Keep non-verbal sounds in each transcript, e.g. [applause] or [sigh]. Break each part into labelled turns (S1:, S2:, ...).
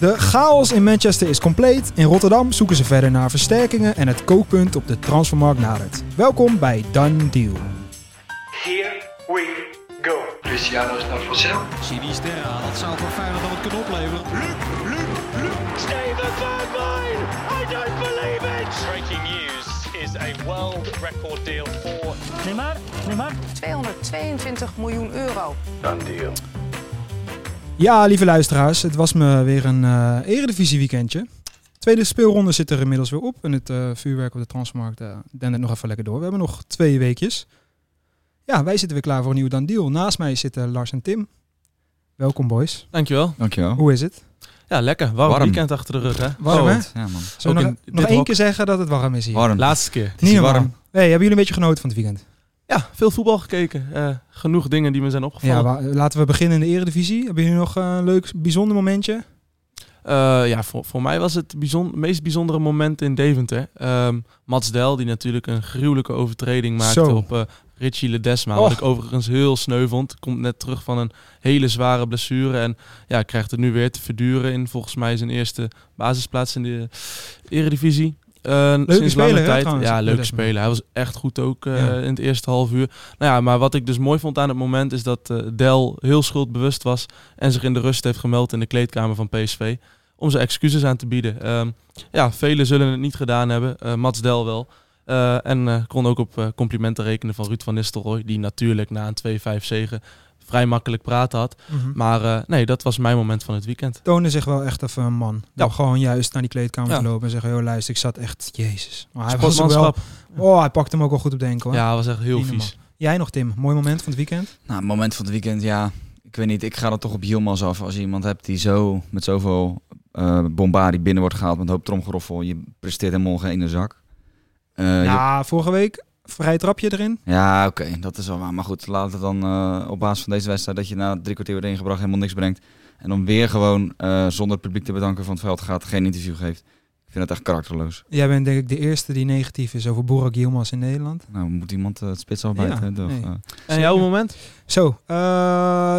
S1: De chaos in Manchester is compleet. In Rotterdam zoeken ze verder naar versterkingen en het kookpunt op de transfermarkt nadert. Welkom bij Done Deal.
S2: Here we go. Luciano Snavocel.
S3: Sinisterra, dat zou voor Feyenoord dan wat kunnen opleveren.
S4: Steven Bergwijn! I don't believe it! Breaking news is a world record deal for
S5: 222 miljoen euro.
S1: Ja, lieve luisteraars, het was me weer een eh eredivisie weekendje. Tweede speelronde zit er inmiddels weer op. En het eh, vuurwerk op de transfermarkt eh dendert nog even lekker door. We hebben nog twee weekjes. Ja, wij zitten weer klaar voor een nieuwe Dan Deal. Naast mij zitten Lars en Tim. Welkom boys.
S6: Dankjewel.
S7: Dankjewel.
S1: Hoe is het?
S6: Ja, lekker. Warm,
S7: Warm.
S6: weekend achter de rug, hè?
S1: Warm,
S6: Oh,
S1: hè?
S7: Ja, man.
S1: Zullen
S6: ook
S1: we
S6: in
S1: nog, nog
S6: dit
S1: één
S6: hok.
S1: keer zeggen dat het warm is hier?
S7: Warm.
S6: Laatste keer.
S1: Niet
S7: is
S1: normaal.
S7: warm.
S1: Hey, hebben jullie een beetje genoten van het weekend?
S6: Ja, veel voetbal gekeken. Eh, genoeg dingen die me zijn
S1: Ja,
S6: opgevallen.
S1: wa- laten we beginnen in de Eredivisie. Hebben jullie nog eh, een leuk, bijzonder momentje?
S6: Eh, ja voor, voor mij was het bijzon- meest bijzondere moment in Deventer. Ehm Mats Del, die natuurlijk een gruwelijke overtreding maakte
S1: Zo. Oh.
S6: op eh Richie Ledesma.
S1: Och.
S6: Wat ik overigens heel sneu vond. Komt net terug van een hele zware blessure. En ja, krijgt het nu weer te verduren in volgens mij zijn eerste basisplaats in de Eredivisie. Eh, sinds
S1: speler, hè,
S6: lange tijd.
S1: trouwens,
S6: ja, leuke
S1: Ledesma.
S6: speler. Hij was echt goed ook eh,
S1: Ja.
S6: in het eerste half uur. Nou ja, maar wat ik dus mooi vond aan het moment is dat eh, Del heel schuldbewust was en zich in de rust heeft gemeld in de kleedkamer van PSV om zijn excuses aan te bieden. Ehm, ja, velen zullen het niet gedaan hebben, eh, Mats Del wel. Eh, en eh, kon ook op eh, complimenten rekenen van Ruud van Nistelrooy, die natuurlijk na een 2-5 zegen vrij makkelijk praten had. Maar eh, nee, dat was mijn moment van het weekend.
S1: Tonen zich wel echt even een man. Door gewoon juist naar die kleedkamer
S6: Ja.
S1: te lopen en zeggen, joh luister, ik zat echt, jezus. Maar hij was ook wel,
S6: Sportmanschap.
S1: oh, hij pakte hem ook wel goed op de enkel. hè?
S6: Ja, was echt heel
S1: Niet
S6: vies.
S1: Jij nog Tim, mooi moment van het weekend?
S7: Nou, het moment van het weekend, ja. Ik weet niet, ik ga er toch op Hielmans af. Als je iemand hebt die zo met zoveel eh bombardie binnen wordt gehaald met een hoop tromgeroffel. Je presteert helemaal geen ene zak. Eh, je-
S1: ja, vorige week, vrij trapje erin.
S7: Ja, oké, dat is wel waar. Maar goed, laten we dan eh, op basis van deze wedstrijd dat je na drie kwartier wordt ingebracht helemaal niks brengt. En dan weer gewoon eh, zonder het publiek te bedanken van het veld gaat, geen interview geeft. Ik vind dat echt karakterloos.
S1: Jij bent denk ik de eerste die negatief is over Boerak Yilmaz in Nederland.
S7: Nou, moet iemand eh, het spits afbijten?
S1: Ja,
S7: hè? Of,
S1: nee.
S7: eh,
S6: En jouw moment?
S1: Zo, eh,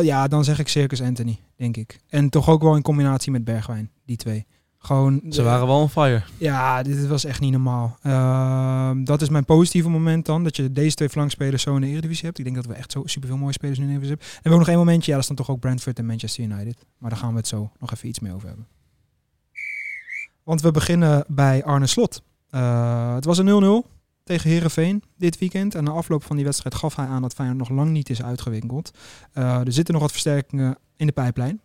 S1: ja, dan zeg ik Circus Anthony, denk ik. En toch ook wel in combinatie met Bergwijn, die twee. Gewoon,
S6: Ze waren wel on fire.
S1: Ja, dit was echt niet normaal. Ehm, dat is mijn positieve moment dan. Dat je deze twee flankspelers zo in de Eredivisie hebt. Ik denk dat we echt zo superveel mooie spelers nu in de Eredivisie hebben. En we hebben ook nog één momentje. Ja, dat is dan toch ook Brentford en Manchester United. Maar daar gaan we het zo nog even iets meer over hebben. Want we beginnen bij Arne Slot. Eh, het was een 0-0 tegen Herenveen dit weekend. En na afloop van die wedstrijd gaf hij aan dat Feyenoord nog lang niet is uitgewikkeld. Eh, er zitten nog wat versterkingen in de pijplijn.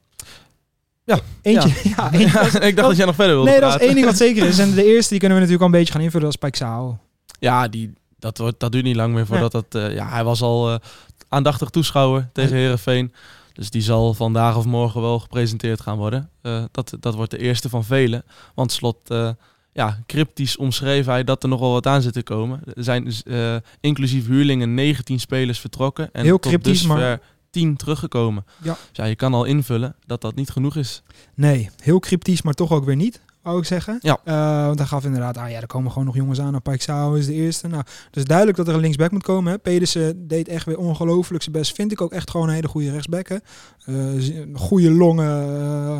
S6: Ja,
S1: eentje. [laughs] Ja, eentje was-
S6: [laughs] ik dacht dat, jij nog verder wilde
S1: Nee, dat
S6: praten.
S1: is één ding wat zeker is. En
S6: [laughs]
S1: de eerste die kunnen we natuurlijk al een beetje gaan invullen als Paixao.
S6: Ja, die, dat, wordt, dat duurt niet lang meer voordat dat... eh, ja, hij was al eh, aandachtig toeschouwer tegen Herenveen. Dus die zal vandaag of morgen wel gepresenteerd gaan worden. Eh, dat, dat wordt de eerste van velen. Want slot, eh, ja, cryptisch omschreef hij dat er nogal wat aan zit te komen. Er zijn eh, inclusief huurlingen 19 spelers vertrokken. En
S1: Heel
S6: tot
S1: cryptisch,
S6: dusver
S1: maar-
S6: 10 teruggekomen.
S1: Ja.
S6: Dus ja, je kan al invullen dat dat niet genoeg is.
S1: Nee, heel cryptisch, maar toch ook weer niet, wou ik zeggen.
S6: Ja.
S1: Eh, want hij gaf inderdaad, ah ja, er komen gewoon nog jongens aan. Nou, Paixao is de eerste. Nou, dus duidelijk dat er een linksback moet komen. Hè. Pedersen deed echt weer ongelooflijk zijn best. Vind ik ook echt gewoon een hele goede rechtsback. Hè. Eh, z- goede longen, eh,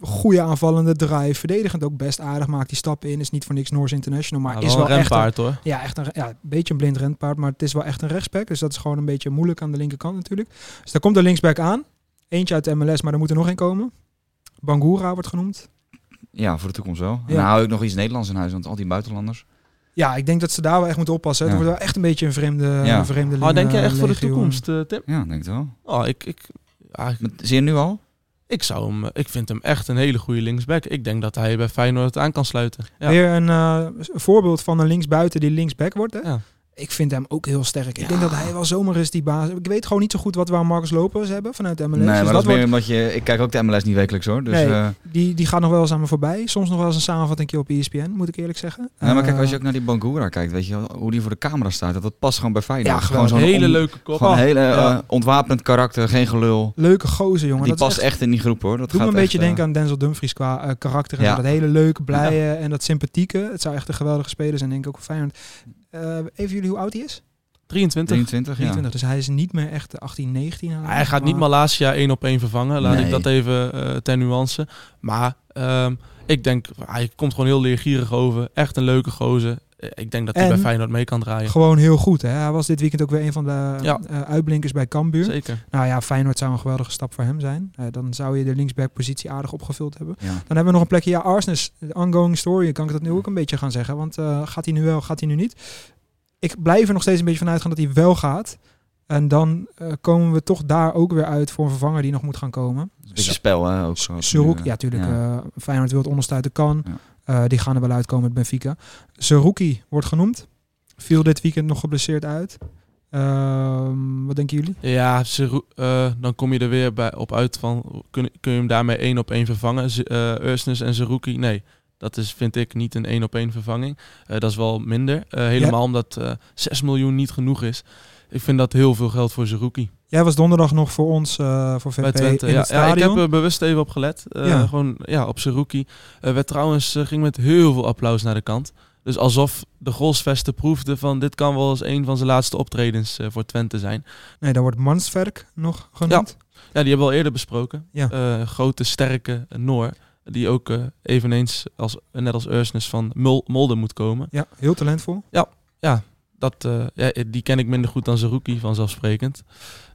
S1: goede aanvallende drive. Verdedigend ook best aardig, maakt die stappen in. Is niet voor niks Noorse International, maar
S6: Maar
S1: is wel
S6: een
S1: echt een-
S6: rempaard hoor.
S1: Ja, echt een, ja, een beetje een blind rentpaard, maar het is wel echt een rechtsback. Dus dat is gewoon een beetje moeilijk aan de linkerkant natuurlijk. Dus daar komt de linksback aan. Eentje uit de MLS, maar er moet er nog één komen. Bangura wordt genoemd.
S7: ja, voor de toekomst wel.
S1: Ja.
S7: En dan hou ik nog iets Nederlands in huis, want al die buitenlanders.
S1: Ja, ik denk dat ze daar wel echt moeten oppassen. hè.
S7: Ja.
S1: Het wordt wel echt een beetje een vreemde,
S7: Ja.
S1: een vreemde
S6: Oh, denk jij echt voor de
S1: legio.
S6: toekomst, eh, Tim?
S7: Ja, denk ik wel.
S6: Oh, ik, ik, ja, ik-
S7: Maar Zie je nu al?
S6: Ik, zou hem, eh, ik vind hem echt een hele goede linksback. Ik denk dat hij bij Feyenoord aan kan sluiten. Ja.
S1: Weer een eh, voorbeeld van een linksbuiten die linksback wordt. Hè?
S6: Ja.
S1: Ik vind hem ook heel sterk. Ik denk dat hij wel zomaar is die baas. Ik weet gewoon niet zo goed wat we aan Marcus Lopez hebben vanuit de MLS.
S7: nee,
S1: Dus
S7: maar dat, is
S1: wordt-
S7: meer omdat je... Ik kijk ook de MLS niet wekelijks hoor. Dus,
S1: Nee. Ah.
S7: eh,
S1: die, die gaat nog wel eens aan me voorbij. Soms nog wel eens een samenvatting keer op E ESPN, moet ik eerlijk zeggen.
S7: Ja, maar kijk,
S1: Eh,
S7: als je ook naar die Bangura kijkt, weet je wel, hoe die voor de camera staat, dat, dat past gewoon bij Feyenoord.
S1: Ja,
S7: gewoon
S1: gewoon
S7: zo'n
S6: hele
S7: on-
S6: leuke kop.
S1: Ah.
S7: Gewoon een hele eh,
S6: Ja.
S7: ontwapend karakter, geen gelul.
S1: Leuke gozer, jongen.
S7: die
S1: dat
S7: past
S1: is
S7: echt... in die groep hoor. Dat
S1: Doe me
S7: gaat
S1: een
S7: echt,
S1: beetje
S7: eh,
S1: denken aan Denzel Dumfries qua eh, karakter. En
S7: Ja.
S1: zo. Dat hele leuke, blije en dat sympathieke. Het zou echt een geweldige speler zijn, denk ik ook voor Feyenoord. Eh, even jullie hoe oud hij is?
S6: 23. 23.
S7: 23, ja.
S1: 23. Dus hij is niet meer echt de 18, 19.
S6: Hij gaat niet Malasia één op één vervangen. Laat
S7: Nee.
S6: ik dat even eh ter nuance. Maar ehm, ik denk, hij komt gewoon heel leergierig over. Echt een leuke gozer. Eh, Ik denk dat hij
S1: En-
S6: bij Feyenoord mee kan draaien.
S1: Gewoon heel goed. Hè? Hij was dit weekend ook weer een van de
S6: Ja.
S1: eh, uitblinkers bij Cambuur.
S6: Zeker.
S1: Nou ja, Feyenoord zou een geweldige stap voor hem zijn. Eh, dan zou je de linksback-positie aardig opgevuld hebben.
S7: Ja.
S1: Dan hebben we nog een plekje. Ja, Arsenal is de ongoing story. Kan ik dat nu ook een beetje gaan zeggen? Want eh, gaat hij nu wel, gaat hij nu niet? Ik blijf er nog steeds een beetje van uitgaan dat hij wel gaat. En dan eh, komen we toch daar ook weer uit voor een vervanger die nog moet gaan komen.
S7: Een beetje spel, hè? Ook zo.
S1: Zeroek, ja, tuurlijk.
S7: Ja.
S1: eh, Feyenoord wil het onderstuiten kan.
S7: Ja.
S1: Eh, die gaan er wel uitkomen met Benfica. Zerouki wordt genoemd. Viel dit weekend nog geblesseerd uit. Ehm, wat denken jullie?
S6: Ja, Zeru- eh, dan kom je er weer bij, op uit van... Kun, kun je hem daarmee één op één vervangen? Z- eh, Ursnes en Zerouki, nee. Dat is, vind ik, niet een één op één vervanging. Eh, dat is wel minder. Eh, helemaal omdat eh 6 miljoen niet genoeg is. Ik vind dat heel veel geld voor Zerouki.
S1: Jij was donderdag nog voor ons, eh, voor
S6: Bij
S1: VP
S6: Twente.
S1: in
S6: Ja,
S1: het
S6: ja, ik
S1: stadion.
S6: heb er bewust even op gelet. Eh,
S1: Ja.
S6: Gewoon ja, op zijn rookie. Eh, werd trouwens eh, ging met heel veel applaus naar de kant. Dus alsof de golsvesten proefde van dit kan wel eens een van zijn laatste optredens eh, voor Twente zijn.
S1: Nee, daar wordt Mansverk nog genoemd.
S6: Ja, die hebben we al eerder besproken.
S1: Ja.
S6: Eh, grote, sterke Noor. Die ook eh, eveneens, als, net als Ursnes, van Mul- Molde moet komen.
S1: Ja, heel talentvol.
S6: Dat, eh, ja, die ken ik minder goed dan zijn rookie, vanzelfsprekend.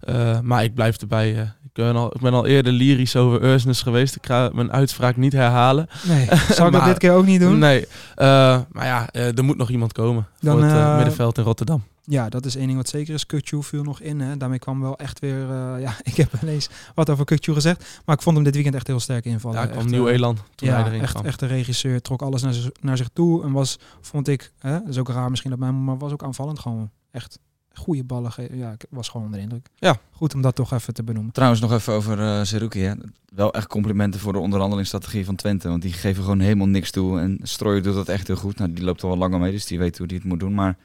S6: Eh, maar ik blijf erbij. eh, ik, ben al, ik ben al eerder lyrisch over Ursnes geweest. Ik ga mijn uitspraak niet herhalen.
S1: Nee, zou ik dat
S6: Eh, Maar-
S1: dit keer ook niet doen?
S6: Nee. Eh, maar ja, eh, er moet nog iemand komen
S1: Dan,
S6: voor het eh,
S1: eh,
S6: middenveld in Rotterdam.
S1: Ja, dat is één ding wat zeker is. Kukju viel nog in. Hè. Daarmee kwam wel echt weer... eh, ja, [laughs] ik heb ineens wat over Kukju gezegd. Maar ik vond hem dit weekend echt heel sterk invallen.
S6: Daar kwam
S1: Echt,
S6: nieuw
S1: eh,
S6: elan toen hij
S1: ja,
S6: erin
S1: echt,
S6: kwam.
S1: echt de regisseur trok alles naar, zich- naar zich toe. En was, vond ik, hè, dat is ook raar misschien dat mij, maar was ook aanvallend gewoon. Echt goede ballen. ge- Ja, ik was gewoon onder de indruk.
S6: Ja.
S1: Goed om dat toch even te benoemen.
S7: Trouwens, nog even over eh Zerouki, hè. Wel echt complimenten voor de onderhandelingsstrategie van Twente. Want die geven gewoon helemaal niks toe. En Strooijer doet dat echt heel goed. Nou, die loopt al wel langer mee, dus die weet hoe die het moet doen. Maar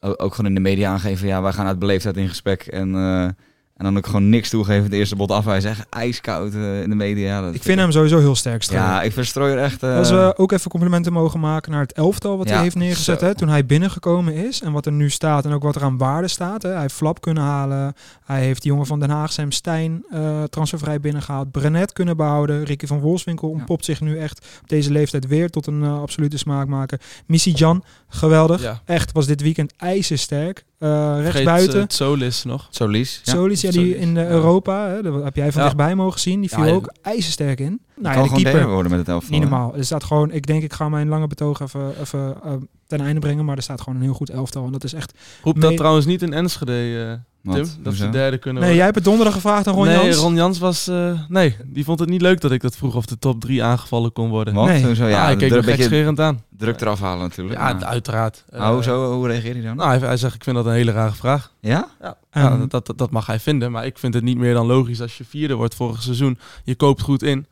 S7: o- ook gewoon in de media aangeven, ja, wij gaan uit beleefdheid in gesprek. En, eh, en dan ook gewoon niks toegeven. Het eerste bod afwijzen. Echt ijskoud eh, in de media. Ja, dat
S1: Ik vind hem sowieso heel sterk. Strooijer.
S7: Ja, ik vind Strooijer echt... eh,
S1: Als we ook even complimenten mogen maken naar het elftal wat
S7: Ja,
S1: hij heeft neergezet.
S7: zo.
S1: Hè, toen hij binnengekomen is en wat er nu staat en ook wat er aan waarde staat. Hè. Hij heeft Flap kunnen halen. Hij heeft die jongen van Den Haag, Sam Stein, eh transfervrij binnengehaald. Brenet kunnen behouden. Ricky van Wolfswinkel ontpopt zich nu echt op deze leeftijd weer tot een eh, absolute smaakmaker. Missy Jan, geweldig.
S6: Ja.
S1: Echt, was dit weekend ijzersterk. Eh rechts
S6: Vergeet,
S1: buiten.
S6: eh, het Solis nog.
S7: Solis. Ja.
S1: Solis, ja, die
S6: Solis,
S1: in eh,
S6: ja.
S1: Europa, hè, daar heb jij van
S6: Ja.
S1: dichtbij mogen zien. Die viel
S6: Ja,
S1: ook ijzersterk in. Nou,
S7: kan
S1: ja, de
S7: gewoon
S1: keeper.
S7: derde worden met het elftal.
S1: Niet
S7: hè.
S1: normaal. Er staat gewoon, ik denk ik ga mijn lange betoog even, even eh, ten einde brengen, maar er staat gewoon een heel goed elftal. En dat is echt...
S6: Roep
S1: Nee.
S6: dat trouwens niet in Enschede, eh,
S7: Wat?
S6: Tim. Dat
S7: Hoezo?
S6: ze derde kunnen
S1: Nee, jij hebt het donderdag gevraagd aan Ron
S6: nee,
S1: Jans.
S6: Ron Jans was... eh, nee, die vond het niet leuk dat ik dat vroeg of de top drie aangevallen kon worden.
S7: Wat?
S1: Nee. Ah,
S7: Hoezo?
S6: Ja,
S7: Oh, Ja,
S6: ik keek
S7: er
S6: er
S7: een beetje
S6: gekscherend aan.
S7: druk eraf halen natuurlijk.
S6: Ja,
S7: Maar-
S6: uiteraard. Eh,
S7: Ah, hoezo? Hoe reageer je dan?
S6: Nou, hij, hij zegt, ik vind dat een hele rare vraag.
S7: Ja?
S1: Ehm,
S6: Ja, dat, dat, dat mag hij vinden, maar ik vind het niet meer dan logisch als je vierde wordt vorig seizoen. Je koopt goed in.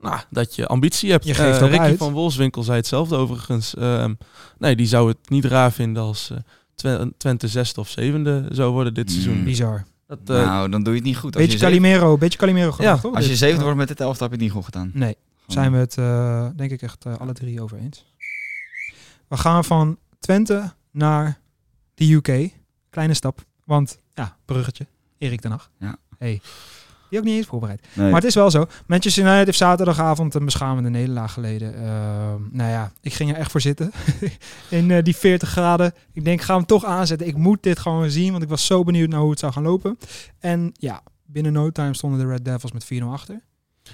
S6: Nou, dat je ambitie hebt.
S1: Je geeft
S6: Eh,
S1: ook
S6: Ricky
S1: uit.
S6: van Wolfswinkel zei hetzelfde overigens. Ehm, nee, die zou het niet raar vinden als eh, Twen- Twente zesde of zevende zou worden dit
S7: Mm.
S6: seizoen.
S1: Bizar.
S6: Dat, eh,
S7: nou, dan doe je het niet goed. Als
S1: Beetje
S7: je, zeven-
S1: Calimero, beetje Calimero gedacht,
S6: Ja,
S1: hoor,
S7: als je
S1: dit.
S7: zevende
S1: Ja.
S7: wordt Oh. met dit elftal, heb je het niet goed gedaan.
S1: Nee, zijn we het eh, denk ik echt eh, alle drie over eens. We gaan van Twente naar de UK. Kleine stap, want ja, bruggetje. Erik ten Hag.
S7: Ja.
S1: Hey. Die ook niet eens voorbereid.
S7: Nee.
S1: Maar het is wel zo. Manchester United heeft zaterdagavond een beschamende nederlaag geleden. Ehm, nou ja, ik ging er echt voor zitten. [laughs] In eh, die 40 graden. Ik denk, ik ga hem toch aanzetten. Ik moet dit gewoon zien, want ik was zo benieuwd naar hoe het zou gaan lopen. En ja, binnen no time stonden de Red Devils met 4-0 achter.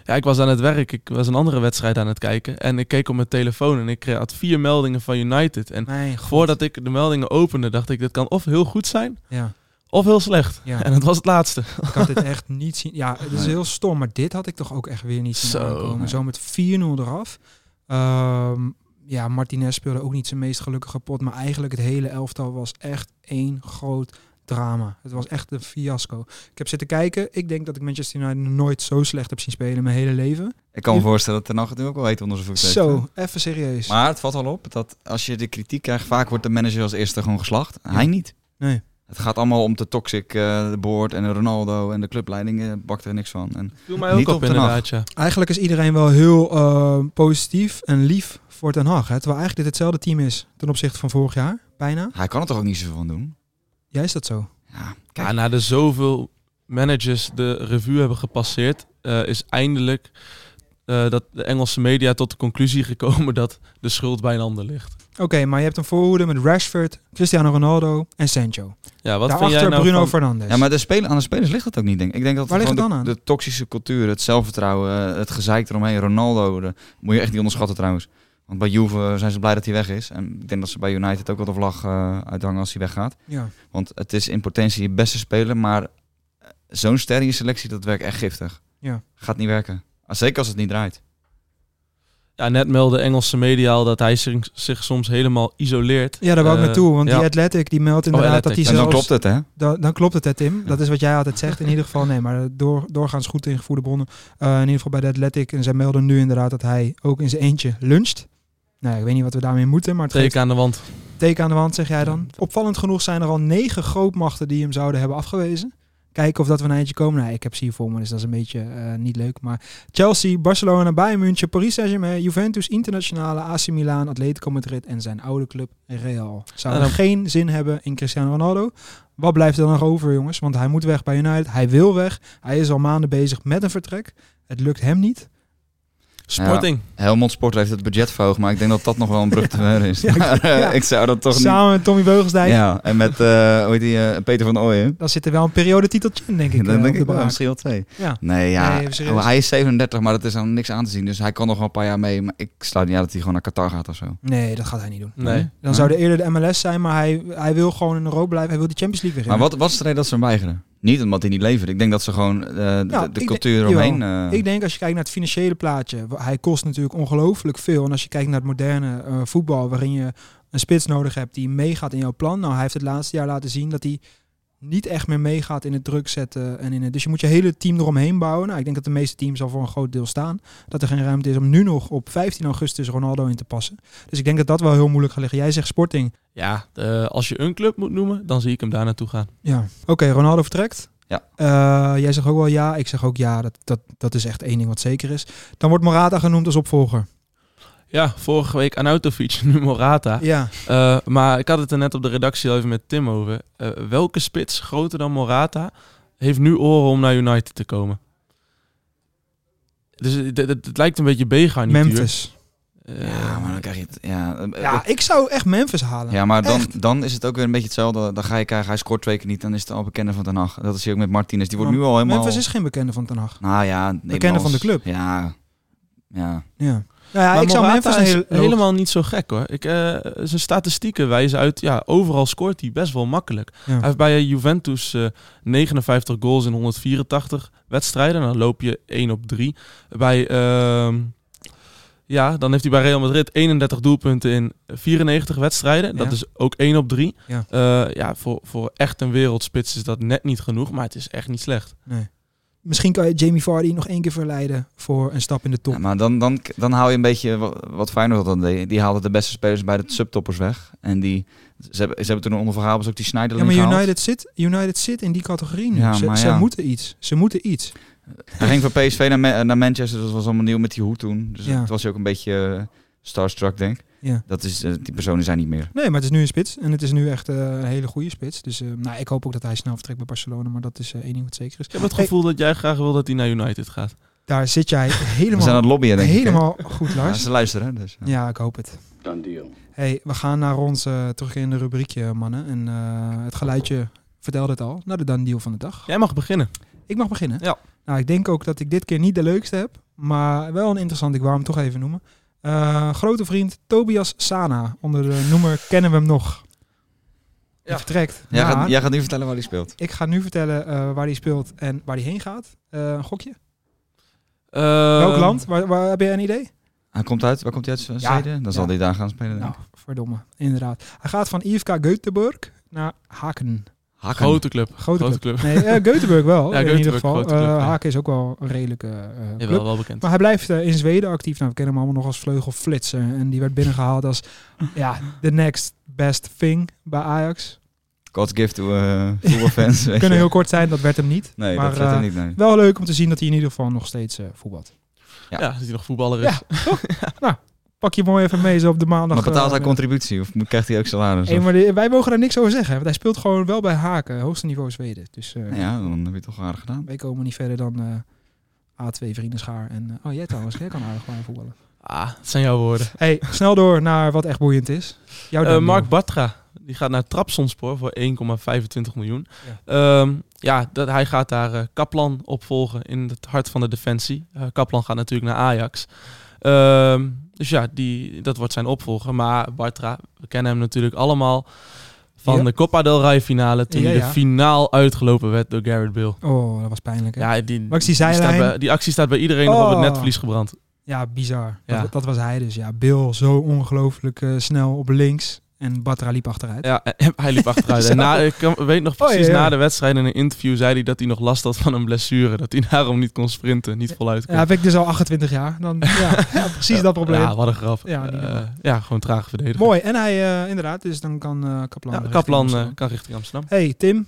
S6: Ja, ik was aan het werk. Ik was een andere wedstrijd aan het kijken. En ik keek op mijn telefoon en ik eh, had vier meldingen van United. En
S1: Mijn god.
S6: voordat ik de meldingen opende, dacht ik, dit kan of heel goed zijn,
S1: Ja,
S6: of heel slecht.
S1: ja.
S6: En het was het laatste.
S1: ik had dit echt niet zien. Ja, het is
S7: Nee.
S1: heel stom, maar dit had ik toch ook echt weer niet zien
S6: Zo.
S1: aankomen.
S7: Nee.
S1: Zo met 4-0 eraf. Ehm, ja, Martinez speelde ook niet zijn meest gelukkige pot. Maar eigenlijk het hele elftal was echt één groot drama. Het was echt een fiasco. Ik heb zitten kijken. Ik denk dat ik Manchester United nog nooit zo slecht heb zien spelen in mijn hele leven.
S7: Ik kan me
S1: Je-
S7: voorstellen dat Ten Hag het nu ook wel heet onder zijn voet heeft, hè?
S1: Zo, even serieus.
S7: Maar het valt wel op dat als je de kritiek krijgt, vaak wordt de manager als eerste gewoon geslacht. Hij niet.
S1: Nee.
S7: Het gaat allemaal om de toxic eh, de board en de Ronaldo en de clubleiding eh, bakt er niks van. En
S6: Doe mij
S7: ook
S6: ook
S7: Niet op, op
S6: op,
S7: ten Hag.
S6: inderdaad, ja.
S1: Eigenlijk is iedereen wel heel eh, positief en lief voor Ten Hag. Hè? Terwijl eigenlijk dit hetzelfde team is ten opzichte van vorig jaar. Bijna.
S7: hij kan er toch ook niet zoveel van doen?
S1: Ja, is dat zo?
S7: Ja,
S6: Ja, na de zoveel managers de revue hebben gepasseerd, eh, is eindelijk eh, dat de Engelse media tot de conclusie gekomen dat de schuld bij een ander ligt.
S1: Oké, maar je hebt een voorhoede met Rashford, Cristiano Ronaldo en Sancho.
S6: Ja, wat vind jij
S1: Daarachter
S6: nou
S1: Bruno
S6: van-
S1: Fernandes.
S7: ja maar de spelen, aan de spelers ligt dat ook niet, denk ik. Ik denk dat
S1: Waar
S7: het
S1: ligt
S7: gewoon
S1: het
S7: de,
S1: dan
S7: de toxische cultuur, het zelfvertrouwen, eh, het gezeik eromheen, Ronaldo, de, moet je echt niet onderschatten trouwens. Want bij Juve zijn ze blij dat hij weg is. En ik denk dat ze bij United ook wel de vlag eh, uithangen als hij weggaat.
S1: Ja.
S7: Want het is in potentie je beste speler, maar eh, zo'n ster in je selectie, dat werkt echt giftig.
S1: Ja.
S7: Gaat niet werken. Ah, Zeker als het niet draait.
S6: Ja, net meldde Engelse media al dat hij zich, zich soms helemaal isoleert.
S1: Ja, daar wou ik
S6: Eh,
S1: naartoe. Want
S6: ja. Oh,
S1: die Athletic die meldt inderdaad dat hij
S6: Athletic.
S7: En
S1: zelfs...
S7: dan klopt het, hè?
S1: Dan, dan klopt het, hè, Tim. Dat is wat jij altijd zegt. In ieder geval, nee, maar door, doorgaans goed ingevoerde bronnen. Eh, in ieder geval bij de Athletic. En zij melden nu inderdaad dat hij ook in zijn eentje luncht. Nou, ik weet niet wat we daarmee moeten, maar het geeft
S6: Teken aan de wand.
S1: teken aan de wand, zeg jij dan. Opvallend genoeg zijn er al negen grootmachten die hem zouden hebben afgewezen. Kijken of dat we een eindje komen. Nou, ik heb ze hier voor me, dus dat is een beetje eh, niet leuk. Maar Chelsea, Barcelona, Bayern München, Paris Saint-Germain, Juventus, Internationale, AC Milan, Atletico Madrid en zijn oude club Real. Zouden
S6: Ja, dan-
S1: geen zin hebben in Cristiano Ronaldo. Wat blijft er dan nog over, jongens? Want hij moet weg bij United. Hij wil weg. Hij is al maanden bezig met een vertrek. Het lukt hem niet.
S6: Sporting.
S7: Helmond Sport heeft het budget verhoogd, maar ik denk dat dat nog wel een brug te ver is. Maar,
S1: [laughs]
S7: eh,
S1: ja.
S7: ik zou dat toch niet...
S1: Samen met Tommy Beugelsdijk.
S7: Ja, en met eh, hoe heet die, eh, Peter van Ooyen.
S1: Dan zit er wel een periodetiteltje in, denk ik. eh,
S7: [laughs] Dan
S1: op
S7: denk
S1: de
S7: ik wel,
S1: bank.
S7: misschien wel twee.
S1: Ja.
S7: Nee, ja.
S1: Nee, even serieus.
S7: oh, hij is 37, maar dat is dan niks aan te zien. Dus hij kan nog wel een paar jaar mee. Maar ik sluit niet uit dat hij gewoon naar Qatar gaat of zo.
S1: Nee, dat gaat hij niet doen.
S6: Nee.
S1: Dan zou er eerder de MLS zijn, maar hij, hij wil gewoon in Europa blijven. Hij wil de Champions League weer
S7: Maar
S1: in.
S7: wat, wat is de reden dat ze hem weigeren? Niet omdat hij niet levert. Ik denk dat ze gewoon eh, de-
S1: Nou,
S7: de,
S1: ik denk-
S7: cultuur
S1: jawel.
S7: omheen... eh,
S1: Ik denk als je kijkt naar het financiële plaatje, wa- hij kost natuurlijk ongelooflijk veel. En als je kijkt naar het moderne eh, voetbal, waarin je een spits nodig hebt die meegaat in jouw plan. Nou, hij heeft het laatste jaar laten zien dat hij niet echt meer meegaat in het druk zetten. En in het, dus je moet je hele team eromheen bouwen. Nou, ik denk dat de meeste teams al voor een groot deel staan. Dat er geen ruimte is om nu nog op 15 augustus Ronaldo in te passen. Dus ik denk dat dat wel heel moeilijk gaat liggen. Jij zegt Sporting.
S6: Ja, eh, als je een club moet noemen, dan zie ik hem daar naartoe gaan.
S1: Ja, oké, Ronaldo vertrekt.
S7: Ja.
S1: Eh, jij zegt ook wel ja, ik zeg ook ja. Dat, dat, dat is echt één ding wat zeker is. Dan wordt Morata genoemd als opvolger.
S6: Ja, vorige week Anautovic, [laughs] nu Morata.
S1: Ja,
S6: Eh, maar ik had het er net op de redactie al even met Tim over. Eh, welke spits groter dan Morata heeft nu oren om naar United te komen? Dus het, het- het lijkt een beetje B-garnituur.
S1: Memphis.
S6: Eh,
S7: Ja, maar dan krijg je het... Ja, eh,
S1: Ja, ik zou echt Memphis halen.
S7: Ja, maar dan,
S1: Echt.
S7: dan is het ook weer een beetje hetzelfde. Dan ga je krijgen, hij scoort twee keer niet, dan is het al bekende van Den Haag. Dat is hier ook met Martinez. Die wordt
S1: Maar
S7: nu al helemaal...
S1: Memphis is geen bekende van Ten Hag.
S7: Nou ja,
S1: Bekende van de club.
S7: Ja, ja.
S1: Ja. Nou ja,
S6: maar
S1: ik zou
S6: Morata
S1: Memphis
S6: is
S1: heel, helemaal...
S6: helemaal niet zo gek hoor. Ik, eh, zijn statistieken wijzen uit, ja, overal scoort hij best wel makkelijk. Hij heeft bij Juventus eh, 59 goals in 184 wedstrijden. Dan loop je 1 op 3. Bij, ehm, ja, dan heeft hij bij Real Madrid 31 doelpunten in 94 wedstrijden. Dat
S1: Ja.
S6: is ook 1 op 3.
S1: Ja.
S6: Eh, ja, voor, voor echt een wereldspits is dat net niet genoeg. Maar het is echt niet slecht.
S1: Misschien kan je Jamie Vardy nog één keer verleiden voor een stap in de top.
S7: Ja, maar dan, dan, dan haal je een beetje wat, wat Feyenoord dan deed. Die haalden de beste spelers bij de subtoppers weg. En die, ze hebben, ze hebben toen onder Van Gabels ook die
S1: Ja,
S7: Snijderling
S1: maar
S7: gehaald.
S1: United zit, United zit in die categorie nu.
S7: Ja,
S1: ze,
S7: maar
S1: ze
S7: ja.
S1: moeten iets. Ze moeten iets.
S7: Hij ging van PSV naar, Ma- naar Manchester, dat was allemaal nieuw met die hoed toen. Dus
S1: Ja.
S7: het was ook een beetje eh, starstruck, denk ik.
S1: Ja.
S7: Dat is, eh, die personen zijn niet meer.
S1: Nee, maar het is nu een spits. En het is nu echt eh, een hele goede spits. Dus eh, nou, ik hoop ook dat hij snel vertrekt bij Barcelona. Maar dat is eh, één ding wat zeker is.
S6: Ik heb het gevoel dat jij graag wil dat hij naar United gaat.
S1: Daar zit
S7: [laughs]
S1: jij
S7: We zijn aan
S1: helemaal,
S7: het lobbyen, denk ik.
S1: helemaal goed,
S7: hè? Ja,
S1: Lars.
S7: ze luisteren, hè, dus.
S1: Ja, ik hoop het.
S5: Done deal.
S1: hey, we gaan naar ons eh, terug in de rubriekje, mannen. En eh, het geluidje vertelde het al. Naar de dan deal van de dag.
S6: Jij mag beginnen.
S1: Ik mag beginnen.
S6: Ja.
S1: Nou, ik denk ook dat ik dit keer niet de leukste heb. Maar wel een interessant. Ik wou hem toch even noemen. Eh, grote vriend Tobias Sana. Onder de noemer [laughs] kennen we hem nog. Ja.
S6: Ja.
S1: vertrekt.
S7: Jij,
S1: naar-
S7: gaat, jij gaat nu vertellen waar hij speelt.
S1: Ik ga nu vertellen eh, waar hij speelt en waar hij heen gaat. Eh, een gokje. Welk
S6: Ehm,
S1: land? Waar, waar, heb jij een idee?
S7: Hij komt uit, waar komt hij uit? Zweden? Dan zal
S1: ja.
S7: hij daar gaan spelen. denk
S1: Nou,
S7: ik.
S1: verdomme. Inderdaad. Hij gaat van IFK Göteborg naar Haken.
S7: Hakken.
S6: Grote club.
S1: Grote,
S6: Grote
S1: club.
S6: club.
S1: Nee, eh, Göteborg wel.
S6: [laughs] Ja,
S1: in ieder
S6: Göteborg,
S1: geval.
S6: grote club,
S1: Eh,
S6: ja.
S1: Haken is ook wel een redelijke eh, club.
S6: Jawel, wel bekend.
S1: Maar hij blijft eh, in Zweden actief. Nou, we kennen hem allemaal nog als vleugelflitser. En die werd binnengehaald
S6: [laughs]
S1: als ja, the next best thing bij Ajax.
S7: God's gift
S1: [laughs]
S7: to eh, voetbalfans. weet
S1: Kunnen
S7: je.
S1: heel kort zijn, dat werd hem niet.
S7: Nee,
S1: maar,
S7: dat gaat
S1: eh,
S7: hij niet. Nee.
S1: Wel leuk om te zien dat hij in ieder geval nog steeds eh, voetbalt.
S6: Ja, dat hij nog voetballer is.
S1: Ja. pak je mooi even mee zo op de maandag.
S7: Maar betaalt hij
S1: eh,
S7: contributie of moet- krijgt hij ook salaris?
S1: Hey,
S7: Of-
S1: maar de- wij mogen daar niks over zeggen. Want hij speelt gewoon wel bij Haken, hoogste niveau Zweden. Dus eh,
S7: Nou Ja, dan heb je het toch aardig gedaan.
S1: wij komen niet verder dan eh, A2 vrienden schaar. En, eh, oh, jij trouwens, jij kan aardig gewoon voetballen.
S6: Ah, het zijn jouw woorden.
S1: Hey, snel door naar wat echt boeiend is. Jouw
S6: Eh,
S1: ding,
S6: Mark
S1: Joe.
S6: Bartra, die gaat naar Trabzonspor voor 1,25 miljoen.
S1: Ja.
S6: Ja, ja dat, hij gaat daar eh, Kaplan opvolgen in het hart van de defensie. Eh, Kaplan gaat natuurlijk naar Ajax. Ehm, dus ja, die, dat wordt zijn opvolger. Maar Bartra, we kennen hem natuurlijk allemaal van
S1: Ja.
S6: de Copa del Rey finale. Toen
S1: Ja,
S6: hij
S1: ja.
S6: de finaal uitgelopen werd door Garrett Bill.
S1: Oh, dat was pijnlijk. Hè? Ja.
S6: Ja, die,
S1: Max, die
S6: staat
S1: zijlijn.
S6: bij- die actie staat bij iedereen nog op het
S1: Oh.
S6: netvlies gebrand.
S1: bizar.
S6: Ja.
S1: Dat, dat was hij dus. Ja, Bill zo ongelooflijk eh, snel op links. En Bartra liep achteruit.
S6: [laughs] Ja, en hij liep achteruit.
S1: [laughs] Zo.
S6: En na, ik kan- weet nog
S1: Oh,
S6: precies,
S1: ja, ja.
S6: na de wedstrijd in een interview zei hij dat hij nog last had van een blessure. Dat hij daarom niet kon sprinten, niet voluit kon.
S1: Ja, ben ik dus al 28 jaar.
S6: [laughs]
S1: Dan, ja, ja, precies dat probleem.
S6: Ja, wat een grap.
S1: Ja, niet
S6: Eh,
S1: normaal.
S6: ja gewoon traag verdedigen.
S1: Mooi. En hij, eh, inderdaad, dus dan kan eh, Kaplan...
S6: Ja,
S1: richting
S6: Kaplan eh,
S1: Amsterdam.
S6: kan richting Amsterdam.
S1: hey, Tim.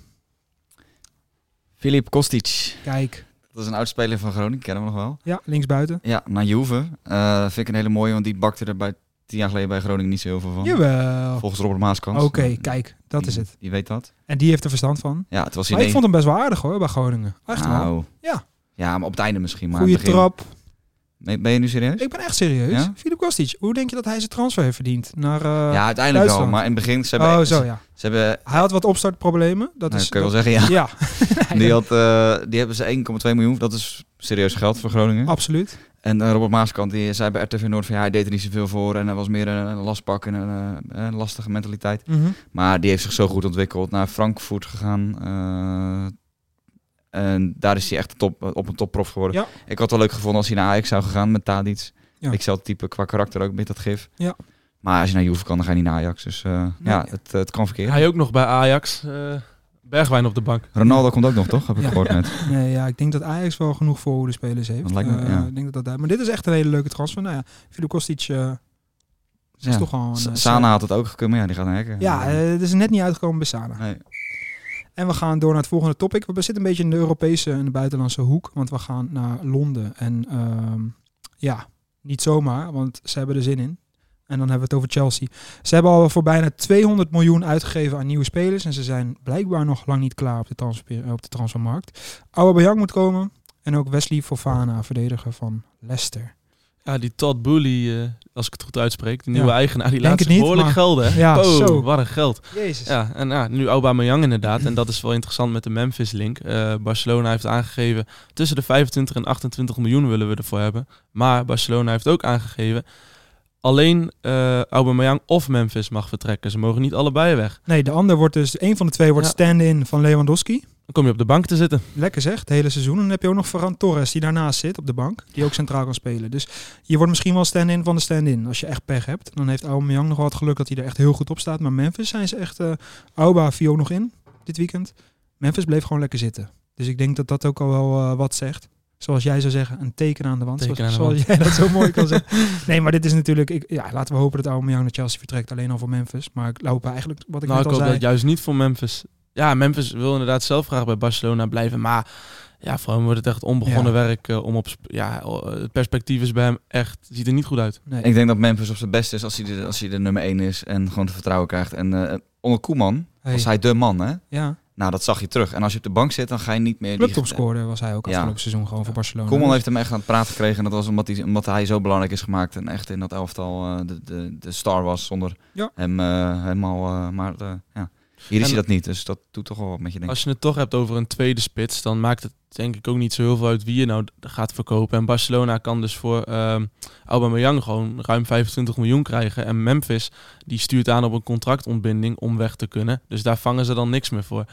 S7: Filip Kostic.
S1: Kijk.
S7: Dat is een oudspeler van Groningen, kennen we nog wel.
S1: Ja, linksbuiten.
S7: Ja, naar Juve. Eh, vind ik een hele mooie, want die bakte er bij tien jaar geleden bij Groningen niet zo heel veel van.
S1: Jawel.
S7: Volgens Robert Maaskant.
S1: Oké,
S7: Nou,
S1: kijk. Dat
S7: die-
S1: is het.
S7: Die weet dat.
S1: En die heeft er verstand van.
S7: Ja, het was in
S1: Maar ik
S7: één...
S1: vond hem best wel aardig hoor, bij Groningen. Echt wel.
S7: Nou.
S1: Ja.
S7: Ja, maar op het einde misschien. Maar
S1: Goeie
S7: aan het begin-
S1: trap.
S7: Ben- Ben je nu serieus?
S1: Ik ben echt serieus.
S7: Ja?
S1: Filip Kostic, hoe denk je dat hij zijn transfer heeft verdiend? Naar, eh,
S7: ja, uiteindelijk wel.
S1: Duitsland.
S7: Maar in het begin, ze hebben...
S1: oh, zo ja.
S7: Ze hebben
S1: Hij had wat opstartproblemen. Dat
S7: nou,
S1: is,
S7: kun je
S1: dat-
S7: wel zeggen,
S1: [laughs]
S7: ja. [laughs]
S1: ja,
S7: Die, had, eh, die hebben ze 1,2 miljoen. Dat is serieus geld voor Groningen.
S1: absoluut.
S7: En eh, Robert Maaskant die zei bij RTV Noord van ja, hij deed er niet zoveel voor. En hij was meer een, een lastpak en een, eh, een lastige mentaliteit.
S1: Mhm.
S7: Maar die heeft zich zo goed ontwikkeld. Naar Frankfurt gegaan. eh, en daar is hij echt top, op een topprof geworden.
S1: Ja.
S7: Ik had het wel leuk gevonden als hij naar Ajax zou gegaan met Tadic.
S1: Ja.
S7: Ikzelfde type qua karakter ook met dat gif.
S1: Ja.
S7: Maar als je naar Juve kan, dan ga je niet naar Ajax. Dus eh, ja, het, het kan verkeerd.
S6: Hij ook nog bij Ajax. eh, Bergwijn op de bank.
S7: Ronaldo komt ook nog, toch? Heb ik
S1: Ja.
S7: gehoord net.
S1: Nee, ja, ik denk dat Ajax wel genoeg voorhoedenspelers heeft.
S7: Dat lijkt me,
S1: Eh,
S7: ja.
S1: ik denk dat dat, daar- maar dit is echt een hele leuke transfer. Nou ja, Filip Kostic eh, is
S7: Ja.
S1: toch gewoon...
S7: S-
S1: eh,
S7: Sana had het ook gekund, maar ja, die gaat naar Hekken.
S1: Ja, eh, het is net niet uitgekomen bij Sana.
S7: Nee.
S1: En we gaan door naar het volgende topic. We zitten een beetje in de Europese en de buitenlandse hoek. Want we gaan naar Londen. En ehm, ja, niet zomaar, want ze hebben er zin in. En dan hebben we het over Chelsea. Ze hebben al voor bijna 200 miljoen uitgegeven aan nieuwe spelers. En ze zijn blijkbaar nog lang niet klaar op de, transfer, eh, op de transfermarkt. Aubameyang moet komen. En ook Wesley Fofana, verdediger van Leicester.
S6: Ja, die Todd Boehly, eh, als ik het goed uitspreek, de nieuwe
S1: Ja.
S6: eigenaar, die
S1: Denk
S6: laat
S1: het
S6: zich
S1: niet,
S6: behoorlijk
S1: maar-
S6: gelden. hè?
S1: Ja,
S6: Wow,
S1: zo.
S6: wat een geld.
S1: Jezus.
S6: Ja, en ja, nu Aubameyang inderdaad. En dat is wel interessant met de Memphis-link. Eh, Barcelona heeft aangegeven, tussen de 25 en 28 miljoen willen we ervoor hebben. Maar Barcelona heeft ook aangegeven, alleen eh Aubameyang of Memphis mag vertrekken. Ze mogen niet allebei weg.
S1: Nee, de ander wordt dus... één van de twee wordt
S6: Ja.
S1: stand-in van Lewandowski.
S6: Dan kom je op de bank te zitten.
S1: Lekker zeg, het hele seizoen. En dan heb je ook nog Ferran Torres die daarnaast zit op de bank. Die ook centraal kan spelen. Dus je wordt misschien wel stand-in van de stand-in. Als je echt pech hebt. Dan heeft Aubameyang nog wel het geluk dat hij er echt heel goed op staat. Maar Memphis zijn ze echt... eh Auba viel ook nog in dit weekend. Memphis bleef gewoon lekker zitten. Dus ik denk dat dat ook al wel eh, wat zegt. Zoals jij zou zeggen, een teken aan de wand.
S6: Teken
S1: zoals
S6: aan
S1: zoals
S6: de
S1: jij dat zo
S6: [laughs]
S1: mooi kan zeggen. Nee, maar dit is natuurlijk... Ik, ja, laten we hopen dat Aubameyang naar Chelsea vertrekt. Alleen al voor Memphis. Maar ik loop eigenlijk wat ik
S6: nou,
S1: net
S6: ik
S1: al
S6: hoop
S1: zei.
S6: dat juist niet voor Memphis. Ja, Memphis wil inderdaad zelf graag bij Barcelona blijven. Maar ja, voor hem wordt het echt onbegonnen werk. eh, om op, sp- ja, oh, het perspectief is bij hem echt, ziet er niet goed uit.
S1: Nee.
S7: Ik denk dat Memphis op zijn best is als hij de, als hij de nummer 1 is en gewoon het vertrouwen krijgt. En eh, onder Koeman
S1: Hey,
S7: was hij de man, hè?
S1: ja.
S7: Nou, dat zag je terug. En als je op de bank zit, dan ga je niet meer... die-
S1: Clubtopscorer was hij ook
S7: Ja.
S1: afgelopen seizoen gewoon voor Barcelona.
S7: Koeman heeft hem echt aan het praten gekregen. En dat was omdat hij, omdat hij zo belangrijk is gemaakt. En echt in dat elftal eh, de, de, de star was zonder
S1: Ja.
S7: hem eh, helemaal... eh, maar eh, ja. hier is
S6: En-
S7: hij dat niet. Dus dat doet toch wel wat met je, denk ik.
S6: Als je het toch hebt over een tweede spits, dan maakt het denk ik ook niet zo heel veel uit wie je nou d- gaat verkopen. En Barcelona kan dus voor ehm Aubameyang gewoon ruim 25 miljoen krijgen. En Memphis, die stuurt aan op een contractontbinding om weg te kunnen. Dus daar vangen ze dan niks meer voor.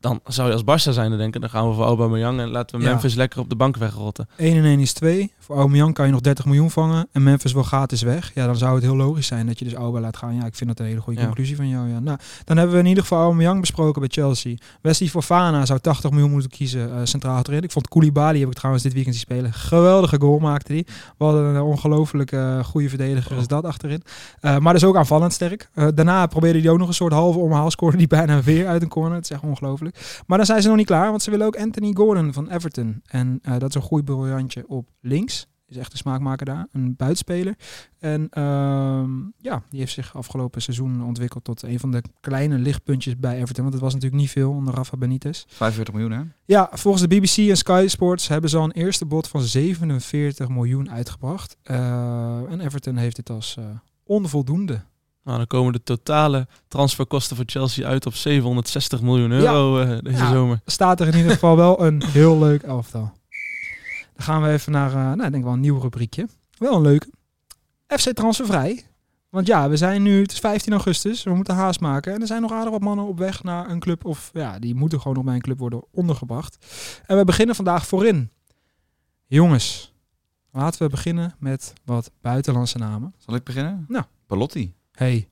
S6: Dan zou je als Barça zijn te denken, dan gaan we voor Aubameyang en laten we
S1: Ja.
S6: Memphis lekker op de bank wegrotten.
S1: 1 en 1 is 2. Voor Aubameyang kan je nog 30 miljoen vangen. En Memphis wil gratis weg. Ja, dan zou het heel logisch zijn dat je dus Aubameyang laat gaan. Ja, ik vind dat een hele goede
S6: Ja.
S1: conclusie van jou. Ja. Nou, dan hebben we in ieder geval Aubameyang besproken bij Chelsea. Wesley Fofana zou 80 miljoen moeten kiezen eh, centraal achterin. Ik vond Koulibaly, heb ik trouwens dit weekend zien spelen. Geweldige goal maakte hij. Wat een ongelooflijk eh, goede verdediger
S7: Oh.
S1: is dat achterin. Eh, maar dus ook aanvallend sterk. Eh, daarna probeerde hij ook nog een soort halve omhaalscorer die bijna weer uit een corner. Het is echt ongelooflijk. Maar dan zijn ze nog niet klaar, want ze willen ook Anthony Gordon van Everton. En eh, dat is een goed briljantje op links. is echt een smaakmaker daar, een buitenspeler. En ehm, ja, die heeft zich afgelopen seizoen ontwikkeld tot een van de kleine lichtpuntjes bij Everton. Want het was natuurlijk niet veel onder Rafa Benitez.
S7: 45 miljoen, hè?
S1: Ja, volgens de BBC en Sky Sports hebben ze al een eerste bod van 47 miljoen uitgebracht. Eh, en Everton heeft dit als eh, onvoldoende.
S6: Nou, dan komen de totale transferkosten voor Chelsea uit op 760 miljoen euro eh, deze
S1: Ja.
S6: zomer.
S1: Staat er in ieder geval wel een heel leuk elftal. Dan gaan we even naar, eh, nou, ik denk wel een nieuw rubriekje. Wel een leuke. FC Transfervrij. Want ja, we zijn nu, het is 15 augustus, we moeten haast maken. En er zijn nog aardig wat mannen op weg naar een club. Of ja, die moeten gewoon nog bij een club worden ondergebracht. En we beginnen vandaag voorin. Jongens, laten we beginnen met wat buitenlandse namen.
S7: Zal ik beginnen?
S1: Nou.
S7: Palotti.
S1: Hey.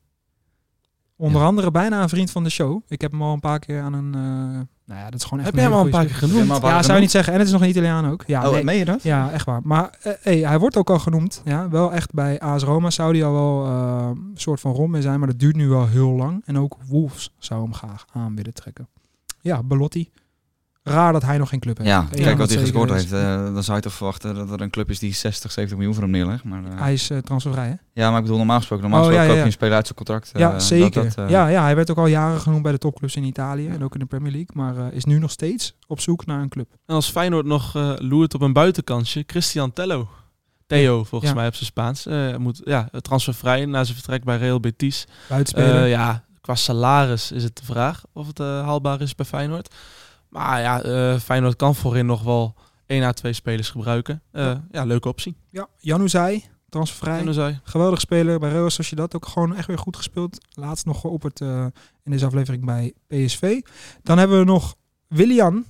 S1: Onder
S7: Ja.
S1: andere bijna een vriend van de show. Ik heb hem al een paar keer aan een... eh, nou ja, dat is gewoon echt
S6: Heb jij hem
S1: hele
S6: al een
S1: goeie
S6: paar keer genoemd?
S7: maar
S1: ja, zou je niet zeggen. En het is nog een Italiaan ook. Ja,
S7: Oh,
S1: nee.
S7: meen je dat?
S1: ja echt waar. Maar eh, hey, hij wordt ook al genoemd. Ja, wel echt bij AS Roma zou die al wel eh, een soort van rom mee zijn. Maar dat duurt nu wel heel lang. En ook Wolves zou hem graag aan willen trekken. Ja, Belotti. Raar dat hij nog geen club heeft.
S7: Ja,
S1: Ik weet
S7: kijk
S1: nog
S7: wat hij
S1: zeker
S7: gescoord
S1: is.
S7: heeft. eh, dan zou je toch verwachten dat er een club is die 60, 70 miljoen voor hem neerlegt. Maar, eh,
S1: Hij is eh, transfervrij, hè?
S7: ja, maar ik bedoel, normaal gesproken, normaal
S1: Oh,
S7: gesproken
S1: ja, ja,
S7: koop je
S1: ja.
S7: een speler uit zijn contract. eh,
S1: ja,
S7: dat-
S1: zeker.
S7: dat, eh,
S1: ja, ja, hij werd ook al jaren genoemd bij de topclubs in Italië. En ook in de Premier League. Maar eh, is nu nog steeds op zoek naar een club.
S6: En als Feyenoord nog eh, loert op een buitenkansje, Christian Tello. Theo, volgens
S1: Ja.
S6: mij op zijn Spaans. eh, moet ja, transfervrij na zijn vertrek bij Real Betis.
S1: Buitenspeler.
S6: Eh, ja, qua salaris is het de vraag of het eh, haalbaar is bij Feyenoord. Maar ja, eh, Feyenoord kan voorin nog wel 1 à 2 spelers gebruiken. Eh, ja. leuke optie.
S1: ja, Januzaj, transfervrij.
S6: En dan zei,
S1: Geweldig speler bij Real Sociedad. Ook gewoon echt weer goed gespeeld. Laatst nog geopperd eh, in deze aflevering bij PSV. Dan hebben we nog Willian.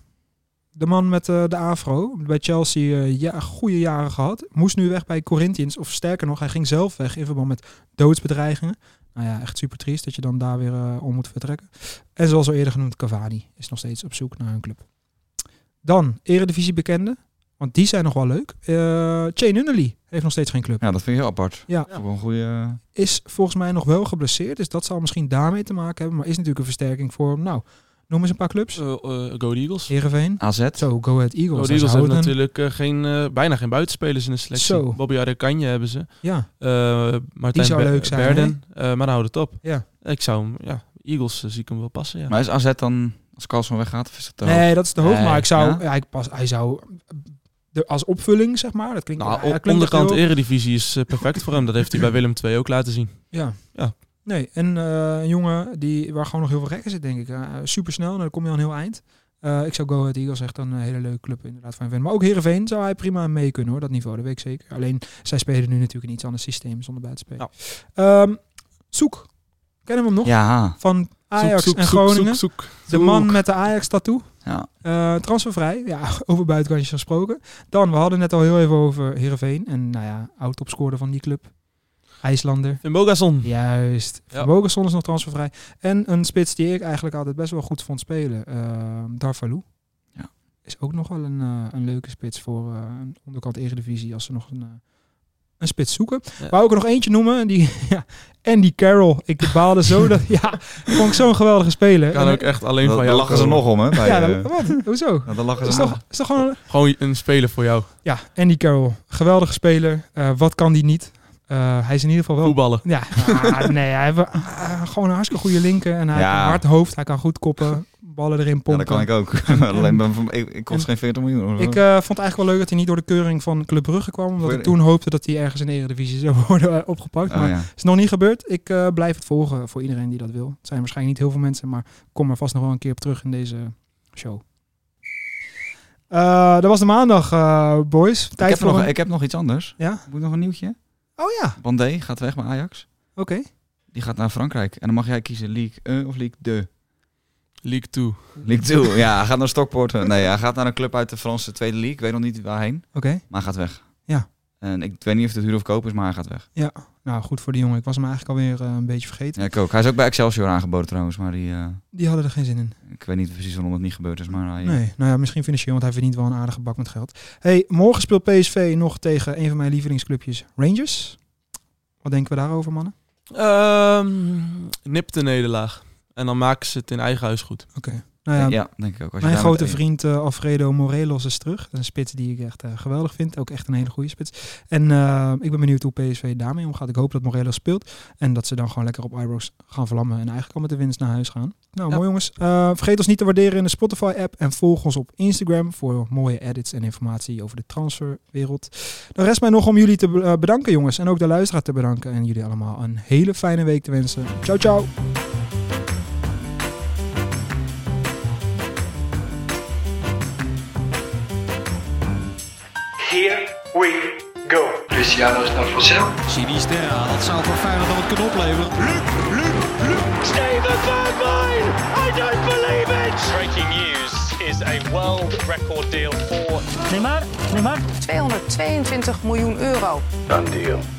S1: De man met eh, de afro. Bij Chelsea eh, ja, goede jaren gehad. Moest nu weg bij Corinthians. Of sterker nog, hij ging zelf weg in verband met doodsbedreigingen. Nou ja, echt super triest dat je dan daar weer eh, om moet vertrekken. En zoals al eerder genoemd, Cavani is nog steeds op zoek naar een club. Dan Eredivisie bekende. Want die zijn nog wel leuk. Eh Shane Nunnally heeft nog steeds geen club.
S7: ja, dat vind ik heel apart.
S1: Ja.
S7: Dat is ook wel een goede...
S1: is volgens mij nog wel geblesseerd. Dus dat zal misschien daarmee te maken hebben. Maar is natuurlijk een versterking voor hem. Nou, noem eens een paar clubs.
S6: eh, eh, Go Ahead Eagles.
S1: Heerenveen.
S7: eh, AZ.
S1: Zo, Go Ahead Eagles.
S6: Go Ahead Oh, Eagles hebben
S1: Zouten.
S6: natuurlijk eh, geen, eh, bijna geen buitenspelers in de selectie.
S1: Zo.
S6: Bobby Adekanje hebben ze.
S1: Ja,
S6: Eh Martijn
S1: zou
S6: Ber-
S1: leuk zijn,
S6: Berden. Eh, maar dan houdt het op.
S1: ja.
S6: Ik zou hem, ja, Eagles eh, zie ik hem wel passen. Ja.
S7: Maar is AZ dan, als Carlson weggaat, of is dat eh, te hoog?
S1: Nee, dat is te hoog.
S7: Nee,
S1: Maar ik zou,
S7: ja?
S1: ja? ik pas, hij zou de, als opvulling, zeg maar. Dat klinkt,
S6: nou,
S1: ja, dat
S6: op
S1: klinkt echt
S6: onderkant
S1: heel-
S6: Eredivisie is eh, perfect voor hem. Dat heeft hij bij Willem II ook laten zien.
S1: Ja.
S6: Ja.
S1: Nee, en eh, een jongen die, waar gewoon nog heel veel rekken zit, denk ik. Super supersnel, nou, dan kom je aan heel eind. Eh, ik zou Go Ahead Eagles echt een eh, hele leuke club inderdaad van vinden. Maar ook Heerenveen zou hij prima mee kunnen hoor, dat niveau, dat weet ik zeker. Alleen, zij spelen nu natuurlijk een iets ander systeem zonder buitenspelen. Ehm, zoek, kennen we hem nog?
S7: Ja,
S1: Van Ajax
S6: Zoek, zoek,
S1: en
S6: zoek,
S1: Groningen.
S6: zoek, zoek.
S1: De man met de Ajax-tattoo.
S7: ja.
S1: Eh, transfervrij, ja, [laughs] over buitenkantjes gesproken. Dan, we hadden net al heel even over Heerenveen. En nou ja, oud-topscorer van die club. IJslander.
S6: Fimbogason.
S1: [laughs] Juist.
S6: Ja.
S1: Vermogenson is nog transfervrij. En een spits die ik eigenlijk altijd best wel goed vond spelen. eh Darvalu.
S7: Ja.
S1: Is ook nog wel een, eh, een leuke spits voor eh, een onderkant Eredivisie. Als ze nog een, eh, een spits zoeken.
S6: Ja.
S1: Wou ik er nog eentje noemen. Die, [laughs] ja, Andy Carroll. Ik baalde zo dat... [laughs] Ja, vond ik zo'n geweldige speler.
S6: Kan
S1: En-
S6: ook echt alleen
S7: Daar
S6: van
S7: daar
S6: jou.
S7: lachen ze
S6: komen.
S7: nog om, hè? Bij,
S1: [laughs] Ja,
S7: eh,
S1: dan- wat? Hoezo?
S7: ja, daar lachen
S1: Is
S7: ze nog.
S1: toch, is toch
S6: [laughs]
S1: gewoon
S6: Gewoon een speler voor jou.
S1: Ja, Andy Carroll. Geweldige speler. Eh, wat kan die niet? Eh, hij is in ieder
S7: Oh.
S1: geval wel...
S6: Voetballen.
S1: Ja, ah, nee, hij heeft ah, gewoon een hartstikke goede linker. En hij
S7: Ja.
S1: heeft een hard hoofd. Hij kan goed koppen. Ballen erin
S7: Ja,
S1: pompen.
S7: dat kan ik ook.
S1: [laughs]
S7: [laughs] Alleen, ben van- ik, ik kost geen 40 miljoen.
S1: Ik, eh, vond het eigenlijk wel leuk dat hij niet door de keuring van Club Brugge kwam. Omdat
S7: Voor-
S1: ik toen hoopte dat hij ergens in de Eredivisie zou [laughs] worden eh, opgepakt.
S7: Oh,
S1: maar
S7: ja.
S1: is nog niet gebeurd. Ik eh, blijf het volgen voor iedereen die dat wil. Het zijn waarschijnlijk niet heel veel mensen, maar ik kom er vast nog wel een keer op terug in deze show. Eh, dat was de maandag, eh, boys. Tijd
S7: Ik heb,
S1: voor
S7: nog,
S1: een-
S7: ik heb nog iets anders.
S1: Ja?
S7: Moet ik nog een nieuwtje?
S1: Oh ja,
S7: Bandé gaat weg bij Ajax.
S1: oké.
S7: Die gaat naar Frankrijk. En dan mag jij kiezen League 1 of League 2.
S6: League 2.
S7: League 2. [laughs] Ja, hij gaat naar Stockport. Nee, hij gaat naar een club uit de Franse tweede league. Ik weet nog niet waarheen.
S1: Oké.
S7: Maar hij gaat weg.
S1: Ja.
S7: En ik weet niet of het huur of koop is, maar hij gaat weg.
S1: Nou, goed voor die jongen. Ik was hem eigenlijk alweer eh, een beetje vergeten.
S7: Ja, ik ook. Hij is ook bij Excelsior aangeboden trouwens. Maar die, eh,
S1: Die hadden er geen zin in.
S7: ik weet niet precies waarom het niet gebeurd is. Maar hij,
S1: Nee, nou ja, misschien financieel, want hij verdient wel een aardige bak met geld. Hey, morgen speelt PSV nog tegen een van mijn lievelingsclubjes, Rangers. Wat denken we daarover, mannen?
S6: Ehm nipte nederlaag. En dan maken ze het in eigen huis goed.
S1: Oké. Nou ja,
S7: ja, denk ik ook. Als je
S1: Mijn
S7: daar
S1: grote
S7: met één-
S1: vriend eh, Alfredo Morelos is terug. Dat is Een spits die ik echt eh, geweldig vind. Ook echt een hele goede spits. En eh, ik ben benieuwd hoe PSV daarmee omgaat. Ik hoop dat Morelos speelt. En dat ze dan gewoon lekker op Ibrox gaan vlammen. En eigenlijk al met de winst naar huis gaan. Nou,
S7: Ja.
S1: mooi jongens. Eh, vergeet ons niet te waarderen in de Spotify-app. En volg ons op Instagram voor mooie edits en informatie over de transferwereld. Dan rest mij nog om jullie te be- eh, bedanken, jongens. En ook de luisteraar te bedanken. En jullie allemaal een hele fijne week te wensen. Ciao, ciao.
S2: Here we go. Luciano Snafrocel.
S3: Sinisterra, dat zou voor Feyenoord dan wat kunnen opleveren.
S4: Steven Bergwijn! I don't believe it! Breaking news is a world record deal for
S5: 222 miljoen euro.
S8: Done deal.